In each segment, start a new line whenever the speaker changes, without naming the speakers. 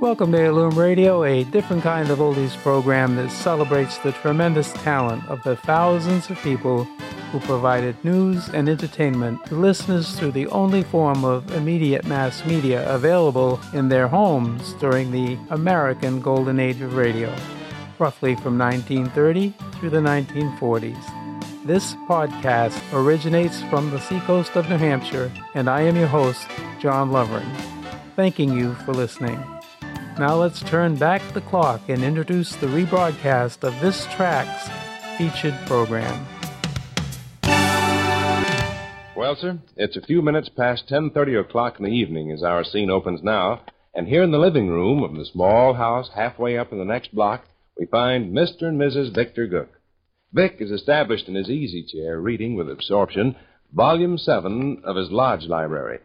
Welcome to Loom Radio, a different kind of oldies program that celebrates the tremendous talent of the thousands of people who provided news and entertainment to listeners through the only form of immediate mass media available in their homes during the American Golden Age of Radio, roughly from 1930 through the 1940s. This podcast originates from the seacoast of New Hampshire, and I am your host, John Lovering, thanking you for listening. Now let's turn back the clock and introduce the rebroadcast of this track's featured program.
Well, sir, it's a few minutes past 10:30 o'clock in the evening as our scene opens now, and here in the living room of the small house halfway up in the next block, we find Mr. and Mrs. Victor Gook. Vic is established in his easy chair reading with absorption volume 7 of his lodge library.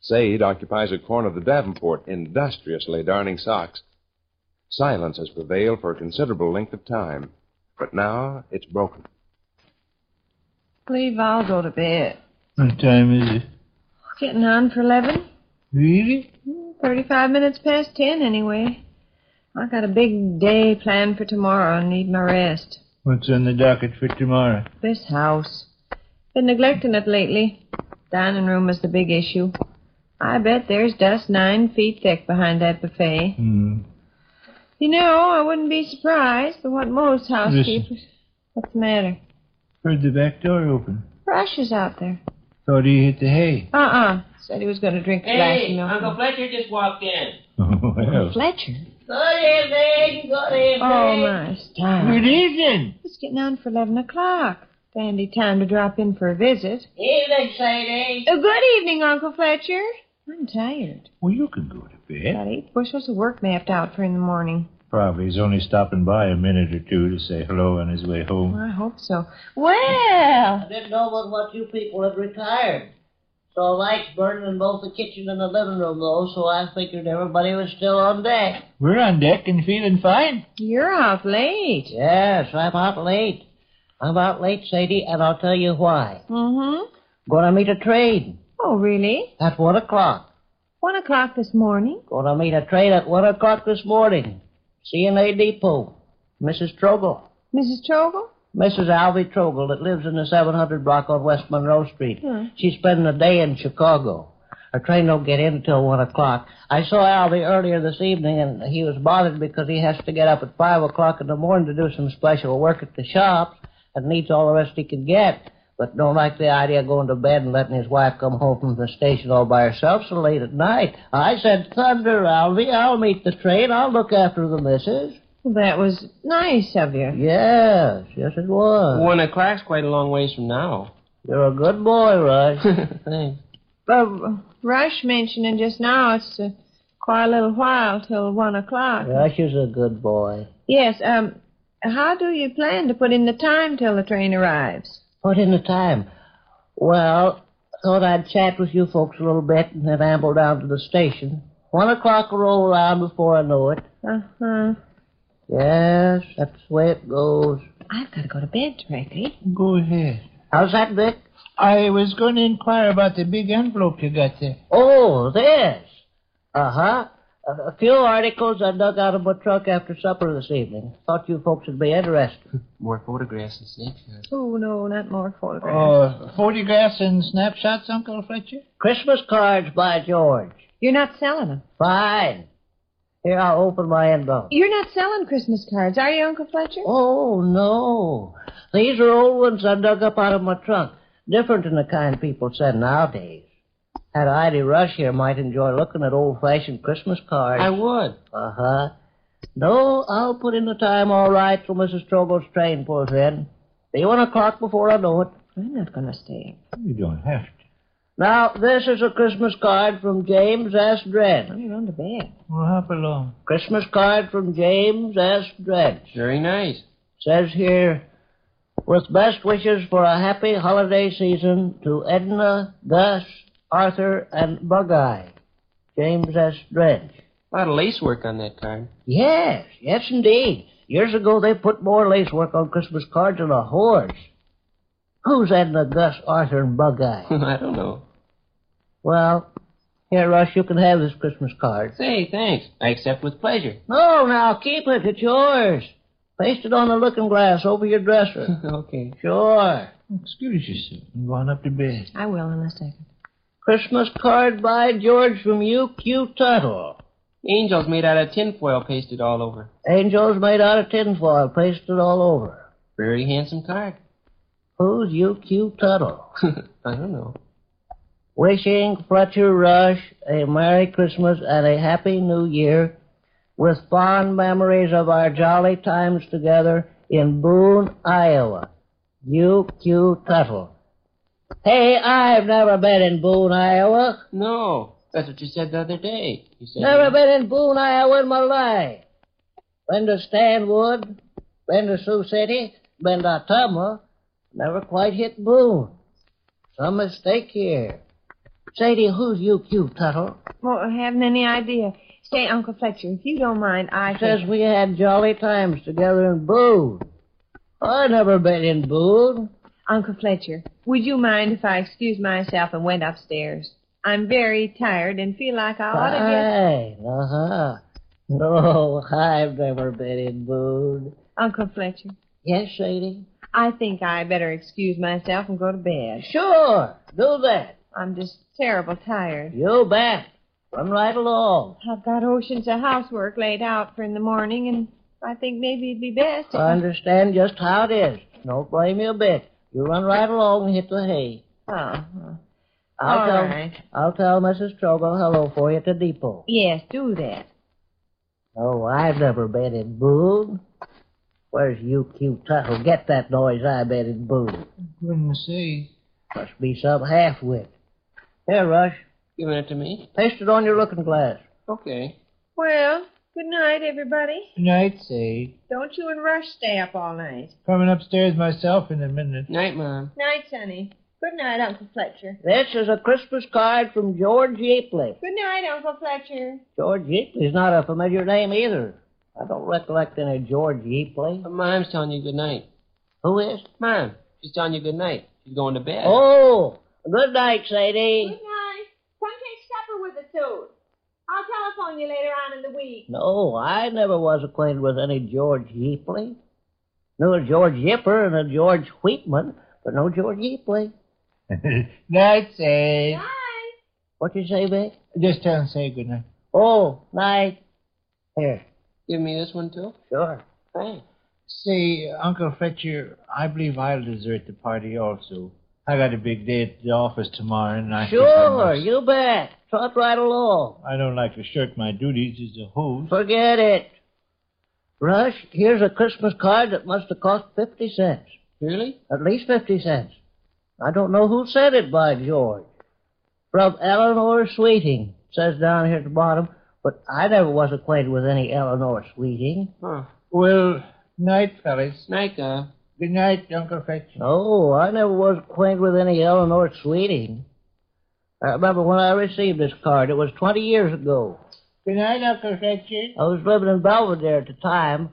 Sade occupies a corner of the Davenport, industriously darning socks. Silence has prevailed for a considerable length of time, but now it's broken.
Leave, I'll go to bed.
What time is it?
Getting on for 11.
Really?
35 minutes past 10, anyway. I got a big day planned for tomorrow and need my rest.
What's on the docket for tomorrow?
This house. Been neglecting it lately. Dining room is the big issue. I bet there's dust nine feet thick behind that buffet.
Hmm.
You know, I wouldn't be surprised by what most housekeepers.
Listen.
What's the matter?
Heard the back door open.
Rush is out there.
Thought he hit the hay.
Uh uh Said he was going to drink the glass of
Hey,
milk.
Uncle Fletcher just walked in.
well.
Fletcher.
Good evening. Good evening.
Oh, my style.
Good evening.
It's getting on for 11 o'clock. Dandy time to drop in for a visit.
Evening, Sadie.
Oh, good evening, Uncle Fletcher. I'm tired.
Well, you can go to bed.
Got eight bushels of work mapped out for in the morning.
Probably he's only stopping by a minute or two to say hello on his way home.
I hope so. Well,
I didn't know but what you people had retired. So lights burning in both the kitchen and the living room, though, so I figured everybody was still on deck.
We're on deck and feeling fine.
you're out late.
Yes, I'm out late. I'm out late, Sadie, and I'll tell you why.
Mm-hmm.
Gonna meet a train
Oh, really?
at one o'clock.
One o'clock this morning?
Gonna meet a train at one o'clock this morning. CNA Depot. Mrs. Trogle.
Mrs. Trogle?
Mrs. Alvy Trogle that lives in the 700 block on West Monroe Street.
Hmm.
She's spending a day in Chicago. Her train don't get in till 1 o'clock. I saw Alvy earlier this evening, and he was bothered because he has to get up at 5 o'clock in the morning to do some special work at the shop and needs all the rest he can get. But don't like the idea of going to bed and letting his wife come home from the station all by herself so late at night. I said, Thunder, Alvy, I'll meet the train. I'll look after the missus.
Well, that was nice of you.
Yes, yes it was.
One o'clock's quite a long ways from now.
You're a good boy, Rush.
Thanks.
Uh, Rush mentioning just now it's uh, quite a little while till one o'clock.
Rush is a good boy.
Yes, um, how do you plan to put in the time till the train arrives?
Put in the time. Well, thought I'd chat with you folks a little bit and then amble down to the station. One o'clock will roll around before I know it.
Uh-huh.
Yes, that's the way it goes.
I've got to go to bed directly.
Go ahead.
How's that, Vic?
I was going to inquire about the big envelope you got there.
Oh, this. Uh-huh. A a few articles I dug out of my truck after supper this evening. Thought you folks would be interested.
More photographs and snapshots.
Oh, no, not more photographs.
Oh, photographs and snapshots, Uncle Fletcher?
Christmas cards by George.
You're not selling them.
Fine. Here, I'll open my envelope.
You're not selling Christmas cards, are you, Uncle Fletcher?
Oh, no. These are old ones I dug up out of my trunk. Different than the kind people send nowadays. That Ida Rush here might enjoy looking at old-fashioned Christmas cards.
I would.
Uh-huh. No, I'll put in the time all right till Mrs. Trogle's train pulls in. Be one o'clock before I know it.
I'm not going to stay up.
You don't have to.
Now, this is a Christmas card from James S. Dredd.
I'm going to bed.
We'll hop along.
Christmas card from James S. Dredd.
Very nice.
Says here, with best wishes for a happy holiday season to Edna, Gus, Arthur, and Bug-Eye. James S. Dredge.
A lot of lace work on that card.
Yes, yes indeed. Years ago they put more lacework on Christmas cards than a horse. Who's Edna, Gus, Arthur, and Bug-Eye?
I don't know.
well, Here, Rush, you can have this Christmas card.
Say, thanks. I accept with pleasure.
No, Oh, now keep it. It's yours. Paste it on the looking glass over your dresser.
okay.
Sure.
Excuse yourself. I'm going up to bed.
I will in a second.
Christmas card by George from U.Q. Tuttle.
Angels made out of tinfoil pasted all over.
Angels made out of tinfoil, pasted all over.
Very handsome card.
Who's U.Q. Tuttle?
I don't know.
Wishing Fletcher Rush a Merry Christmas and a Happy New Year with fond memories of our jolly times together in Boone, Iowa. U.Q. Tuttle. Hey, I've never been in Boone, Iowa.
No, that's what you said the other day. You said
Never been in Boone, Iowa in my life. Been to Stanwood, been to Sioux City, been to Ottumwa, never quite hit Boone. Some mistake here. Sadie, who's UQ Tuttle?
Well, I haven't any idea. Say, Uncle Fletcher, if you don't mind, I
Says we had jolly times together in Boone. I never been in Boone.
Uncle Fletcher, would you mind if I excused myself and went upstairs? I'm very tired and feel like I ought to get...
Aye, uh-huh. No, I've never been in Boone.
Uncle Fletcher,
Yes, Sadie?
I think I better excuse myself and go to bed.
Sure, do that.
I'm just terrible tired.
You bet. Run right along.
I've got oceans of housework laid out for in the morning, and I think maybe it'd be best if
I understand just how it is. Don't blame you a bit. You run right along and hit the hay.
Oh,
I'll
All
tell
right.
I'll tell Mrs. Strobel hello for you at the depot.
yes, do that.
Oh, I've never been in Boone. Where's you cute Tuttle? Get that noise I bet in Boone.
Couldn't see.
Must be some half-wit. Here, Rush.
giving it to me.
Paste it on your looking glass.
Okay.
Well, good night, everybody.
Good night, Sadie.
Don't you and Rush stay up all night.
Coming upstairs myself in a minute.
Night, Mom.
Night, Sonny. Good night, Uncle Fletcher.
This is a Christmas card from George Yeapley.
Good night, Uncle Fletcher.
George Yeapley's not a familiar name either. I don't recollect any George Yeapley.
But Mom's telling you good night.
Who is?
Mom, she's telling you good night. She's going to bed.
Oh, good night, Sadie.
night. Come take supper with us soon. I'll telephone you later on in the week.
No, I never was acquainted with any George Yeapley. Knew a George Yipper and a George Wheatman, but no George Yeapley.
night, Sadie.
Bye.
What you say, Vic?
Just tell him say good night.
Oh, night. Here,
Give me this one, too.
sure.
Thanks.
Say, Uncle Fletcher, I believe I'll desert the party also. I got a big day at the office tomorrow, and I think I
Sure,
must-
you bet. Trot right along.
I don't like to shirk my duties as a host.
Forget it. Rush, here's a Christmas card that must have cost 50 cents.
Really?
At least 50 cents. I don't know who sent it by George. From Eleanor Sweeting, It says down here at the bottom, but I never was acquainted with any Eleanor Sweeting.
Huh.
Well, night, fellas.
Night, uh,
Good night, Uncle Fletcher.
No, I never was acquainted with any Eleanor Sweeting. I remember when I received this card, it was 20 years ago.
Good night, Uncle Fletcher.
I was living in Belvedere at the time.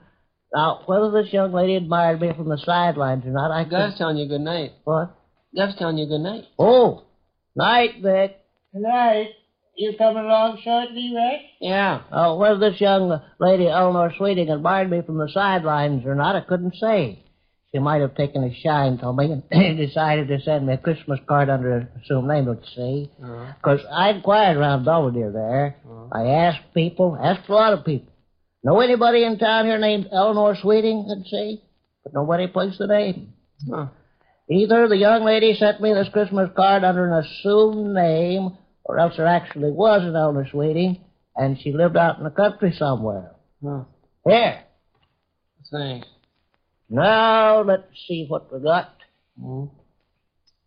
Now, whether this young lady admired me from the sidelines or not, I
Gov's
guess.
telling you good night.
What?
Gov's telling you good night.
Oh, night, Vic.
Good night. You coming along shortly, Rex?
Yeah.
Uh, whether this young lady, Eleanor Sweeting, admired me from the sidelines or not, I couldn't say. She might have taken a shine to me and decided to send me a Christmas card under an assumed name, don't you see?
Uh-huh.
Uh,
Because I inquired around Belvedere there.
Mm-hmm.
I asked people, asked a lot of people. Know anybody in town here named Eleanor Sweeting, I'd say? But nobody placed the name.
huh.
Either the young lady sent me this Christmas card under an assumed name, or else there actually was an Eleanor Sweeting, and she lived out in the country somewhere.
Huh.
Here.
Thanks.
Now, let's see what we got.
Mm.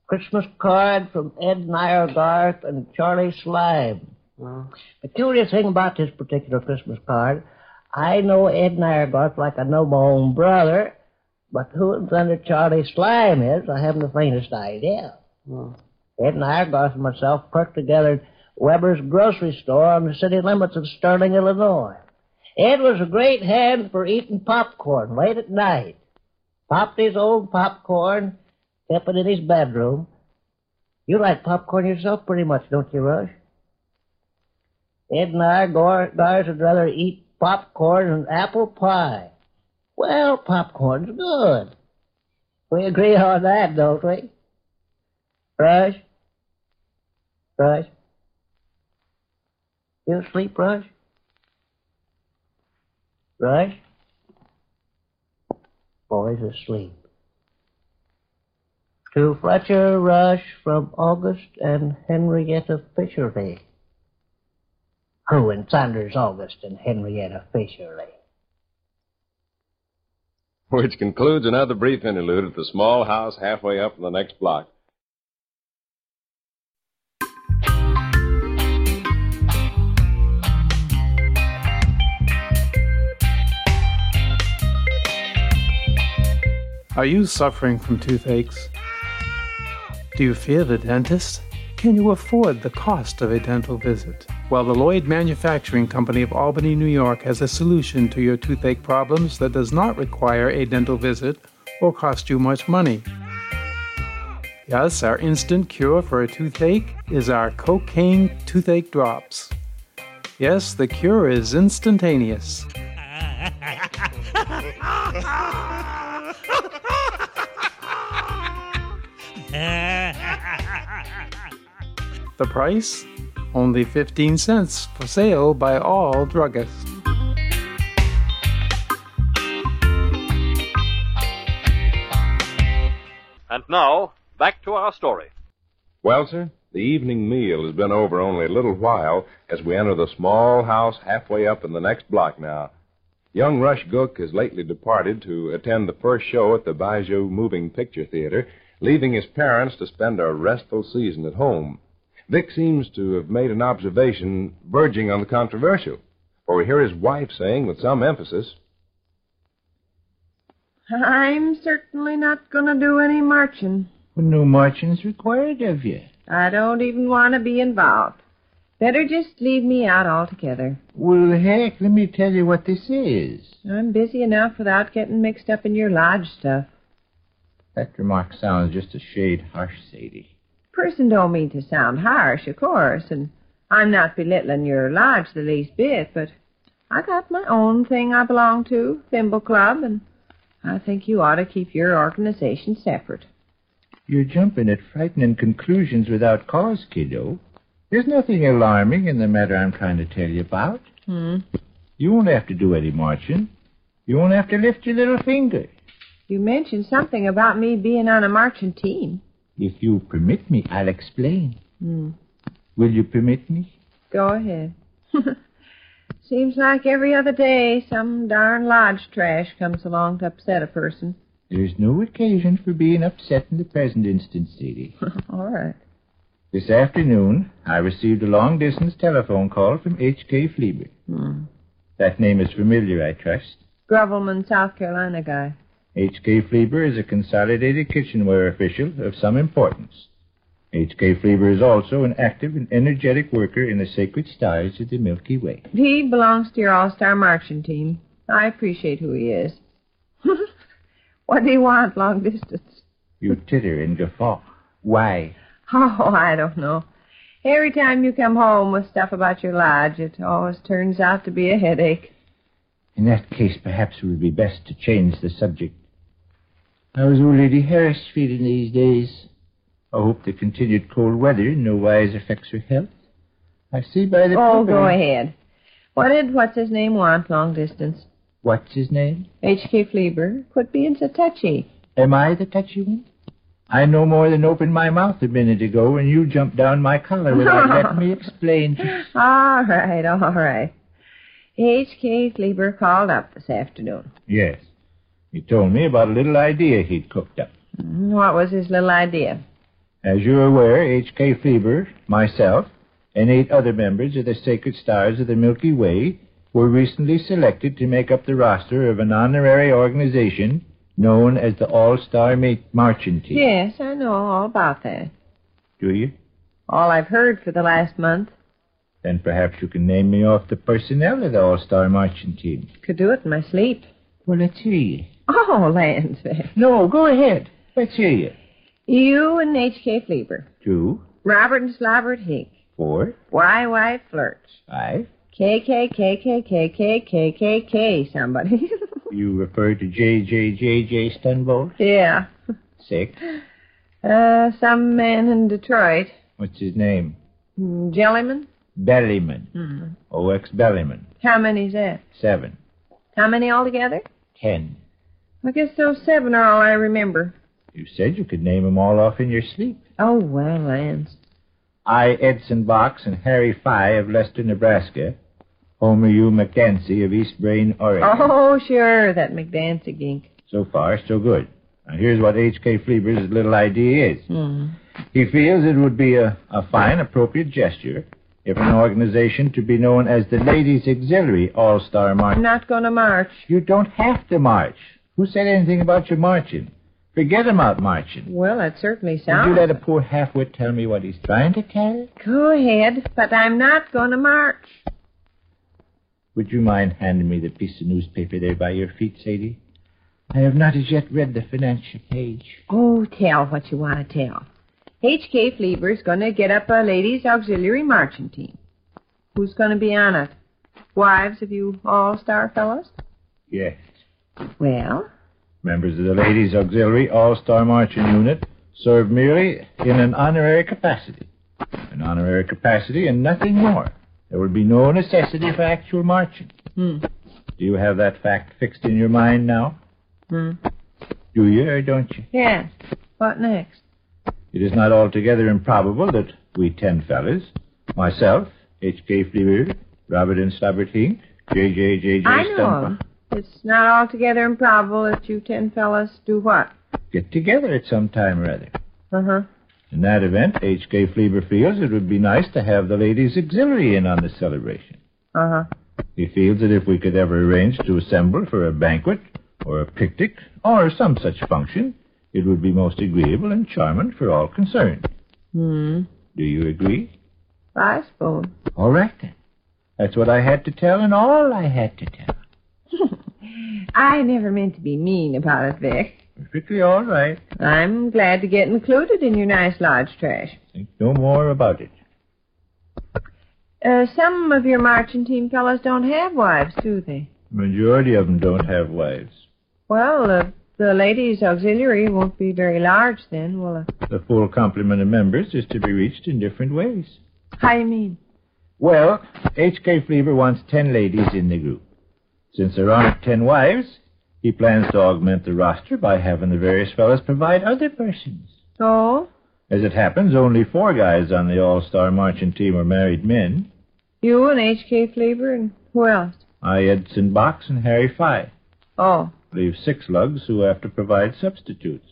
Christmas card from Ed Nyergarth and Charlie Slime.
Uh,
The curious thing about this particular Christmas card, I know Ed Nyergarth like I know my own brother, but who in thunder Charlie Slime is, I haven't the faintest idea.
uh,
Ed Nyergarth and myself clerked together at Weber's grocery store on the city limits of Sterling, Illinois. Ed was a great hand for eating popcorn late at night. Popped his own popcorn, kept it in his bedroom. You like popcorn yourself pretty much, don't you, Rush? Ed and I gar- guys would rather eat popcorn and apple pie. Well, popcorn's good. We agree on that, don't we? Rush? Rush? You asleep, Rush? Rush? Boy's asleep. To Fletcher Rush from August and Henrietta Fishery. Who in Saunders August and Henrietta Fishery?
Which concludes another brief interlude at the small house halfway up in the next block.
Are you suffering from toothaches? Do you fear the dentist? Can you afford the cost of a dental visit? Well, the Lloyd Manufacturing Company of Albany, New York has a solution to your toothache problems that does not require a dental visit or cost you much money. Yes, our instant cure for a toothache is our cocaine toothache drops. Yes, the cure is instantaneous. The price? Only 15 cents for sale by all druggists.
And now, back to our story.
Well, sir, the evening meal has been over only a little while as we enter the small house halfway up in the next block now. Young Rush Gook has lately departed to attend the first show at the Bijou Moving Picture Theater, leaving his parents to spend a restful season at home. Vic seems to have made an observation verging on the controversial, for we hear his wife saying with some emphasis,
I'm certainly not going to do any marching.
Well, no marching's required of you.
I don't even want to be involved. Better just leave me out altogether.
Well, heck, let me tell you what this is.
I'm busy enough without getting mixed up in your lodge stuff.
That remark sounds just a shade harsh, Sadie.
Person don't mean to sound harsh, of course, and I'm not belittling your lodge the least bit, but I got my own thing I belong to, Thimble Club, and I think you ought to keep your organization separate.
You're jumping at frightening conclusions without cause, kiddo. There's nothing alarming in the matter I'm trying to tell you about.
Hmm.
You won't have to do any marching. You won't have to lift your little finger.
You mentioned something about me being on a marching team.
If you permit me, I'll explain.
Hmm.
Will you permit me?
Go ahead. Seems like every other day some darn lodge trash comes along to upset a person.
There's no occasion for being upset in the present instance, Sadie.
All right.
This afternoon, I received a long distance telephone call from H.K. Fleabag.
Hmm.
That name is familiar, I trust.
Grovelman, South Carolina guy.
H.K. Fleber is a consolidated kitchenware official of some importance. H.K. Fleber is also an active and energetic worker in the sacred stars of the Milky Way.
He belongs to your All Star marching team. I appreciate who he is. what do you want, long distance?
You titter and guffaw. Why?
Oh, I don't know. Every time you come home with stuff about your lodge, it always turns out to be a headache.
In that case, perhaps it would be best to change the subject. How's old Lady Harris feeling these days? I hope the continued cold weather in no wise affects her health. I see by the
Oh, go
paper-
ahead. What did what's his name want, long distance?
What's his name?
H.K. Fleber, quit being so touchy.
Am I the touchy one? I no more than opened my mouth a minute ago when you jumped down my collar without letting me explain. to-
All right, all right. H.K. Fleber called up this afternoon.
Yes. He told me about a little idea he'd cooked up.
What was his little idea?
As you're aware, H.K. Fleber, myself, and eight other members of the Sacred Stars of the Milky Way were recently selected to make up the roster of an honorary organization known as the All-Star Ma- Marching Team.
Yes, I know all about that.
Do you?
All I've heard for the last month.
Then perhaps you can name me off the personnel of the All-Star Marching Team.
Could do it in my sleep.
Well, let's hear you.
Oh, lands. eh.
No, go ahead. Let's hear you.
You and H.K. Fleber.
Two.
Robert and Slobbert Hink.
Four,
YY flirts.
five.
KKKKKKKKK somebody.
You referred to JJJJ Stunbolt.
yeah.
Six.
Uh, some man in Detroit.
What's his name?
Mm, Jellyman?
Bellyman. OX Bellyman.
How many's that?
Seven.
How many altogether?
Ten.
I guess those seven are all I remember.
You said you could name 'em all off in your sleep.
Oh, well, Lance.
I, Edson Box, and Harry Fye of Lester, Nebraska. Homer U. McDancy of East Brain, Oregon.
Oh, sure, that McDancy gink.
So far, so good. Now, here's what H.K. Fleaber's little idea is. He feels it would be a, a fine, appropriate gesture if an organization to be known as the Ladies Auxiliary All-Star March.
I'm not going to march.
You don't have to march. Who said anything about your marching? Forget about marching.
Well, that certainly
Would
sounds.
you let a poor halfwit tell me what he's trying to tell?
Go ahead, but I'm not going to march.
Would you mind handing me the piece of newspaper there by your feet, Sadie? I have not as yet read the financial page.
Oh, tell what you want to tell. H.K. Fleaver's going to get up a ladies' auxiliary marching team. Who's going to be on it? Wives of you all-star fellows?
Yes.
Well,
Members of the Ladies Auxiliary All-Star Marching Unit serve merely in an honorary capacity. An honorary capacity and nothing more. There will be no necessity for actual marching. Do you have that fact fixed in your mind now?
Hmm.
Do you or don't you?
yes. What next?
It is not altogether improbable that we ten fellas, myself, H.K. Fleaver, Robert and Stubbert Hink, J.J.J.J.
I know.
Stumpa,
It's not altogether improbable that you ten fellas do what?
get together at some time or other.
Uh-huh.
In that event, H.K. Fleaver feels it would be nice to have the ladies' auxiliary in on the celebration.
Uh-huh.
He feels that if we could ever arrange to assemble for a banquet, or a picnic, or some such function, it would be most agreeable and charming for all concerned.
Hmm.
Do you agree?
I suppose.
All right, then. That's what I had to tell and all I had to tell.
I never meant to be mean about it, Vic.
Perfectly all right.
I'm glad to get included in your nice lodge trash.
Think no more about it.
Uh, some of your marching team fellas don't have wives, do they?
Majority of 'em don't have wives.
Well, uh, the ladies' auxiliary won't be very large then, will it?
The full complement of members is to be reached in different ways.
How you mean?
Well, H.K. Fleaver wants ten ladies in the group. Since there aren't ten wives, he plans to augment the roster by having the various fellows provide other persons.
So,
As it happens, only four guys on the All-Star Marching Team are married men.
you and H.K. Fleaver and who else?
I, Edson Box, and Harry Fye.
Oh,
Leave six lugs who have to provide substitutes.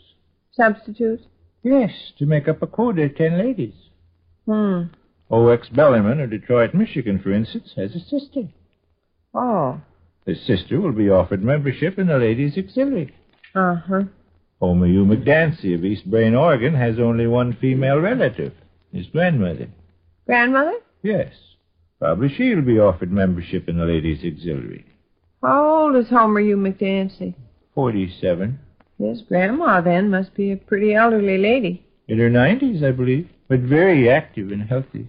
substitutes?
Yes, to make up a quota of ten ladies.
Hmm.
O.X. Bellerman of Detroit, Michigan, for instance, has a sister.
Oh,
His sister will be offered membership in the Ladies' Auxiliary.
uh-huh.
Homer U. McDancy of East Brain, Oregon, has only one female relative, his grandmother.
Grandmother?
Yes, probably she'll be offered membership in the Ladies' Auxiliary.
How old is Homer U. McDancy?
Forty-seven.
His grandma, then, must be a pretty elderly lady.
In her nineties, I believe, but very active and healthy.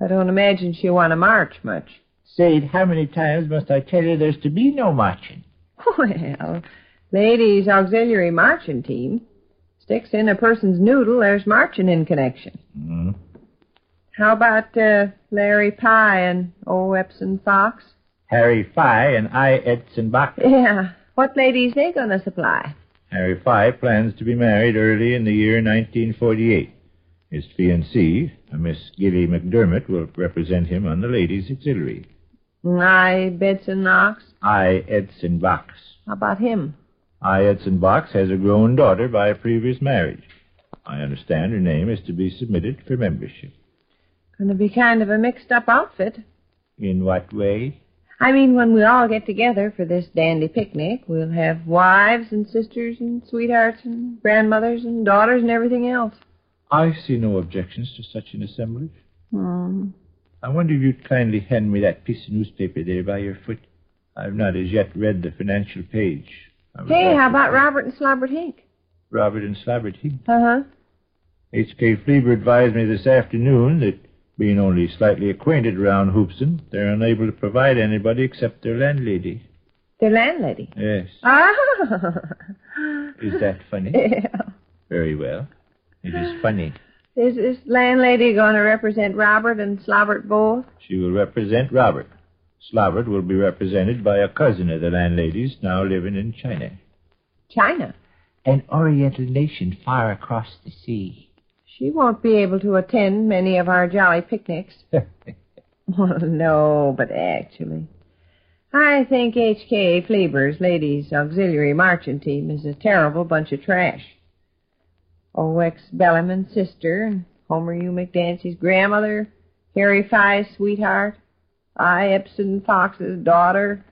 I don't imagine she'll want to march much.
Said, how many times must I tell you there's to be no marching?
Well, ladies' auxiliary marching team sticks in a person's noodle. There's marching in connection.
Hmm.
How about uh, Larry Pye and O. Epson Fox?
Harry Fye and I, Edson Bach.
Yeah. What ladies they gonna supply?
Harry Fye plans to be married early in the year 1948. His fiancée, a Miss Gilly McDermott, will represent him on the Ladies' Auxiliary.
I. Benson Knox.
I, Edson Box.
How about him?
I, Edson Box, has a grown daughter by a previous marriage. I understand her name is to be submitted for membership.
Gonna be kind of a mixed up outfit.
In what way?
I mean, when we all get together for this dandy picnic, we'll have wives and sisters and sweethearts and grandmothers and daughters and everything else.
I see no objections to such an assemblage.
Hmm.
I wonder if you'd kindly hand me that piece of newspaper there by your foot. I've not as yet read the financial page. I was
Hey, how
after-
about Robert and Slobbert Hink?
Robert and Slabbert Higgs.
Uh huh.
H.K. Fleaver advised me this afternoon that Being only slightly acquainted around Hoopston, they're unable to provide anybody except their landlady.
The landlady.
Yes.
Ah.
Is that funny?
Yeah.
Very well. It is funny.
Is this landlady going to represent Robert and Slobbert both?
She will represent Robert. Slobbert will be represented by a cousin of the landlady's now living in China.
China.
An oriental nation far across the sea.
She won't be able to attend many of our jolly picnics. Well, no, but actually. I think H.K. Fleber's ladies' auxiliary marching team is a terrible bunch of trash. O.X. Bellarmin's sister, and Homer U. McDancy's grandmother, Harry Fye's sweetheart, I. Epsom Fox's daughter,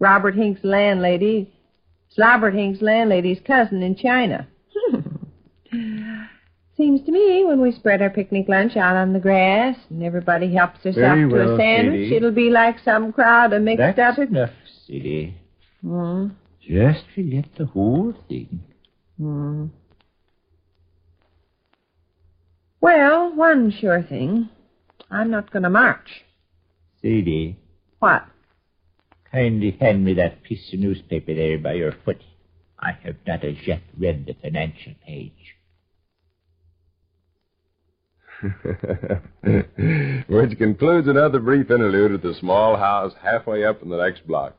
Robert Hink's landlady, Slobbert Hink's landlady's cousin in China. Seems to me when we spread our picnic lunch out on the grass and everybody helps herself
Very
to
well,
a sandwich,
Katie.
it'll be like some crowd of mixed
That's
up.
enough, Sidney.
Mm,
Just forget the whole thing.
mm. Well, one sure thing. I'm not going to march.
Sadie,
What?
kindly hand me that piece of newspaper there by your foot. I have not as yet read the financial page.
Which concludes another brief interlude at the small house halfway up in the next block.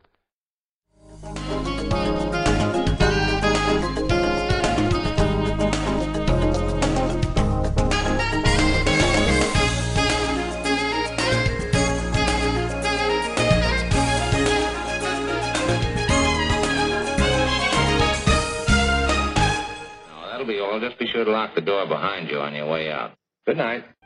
No, that'll be all. Just be sure to lock the door behind you on your way out. Good night.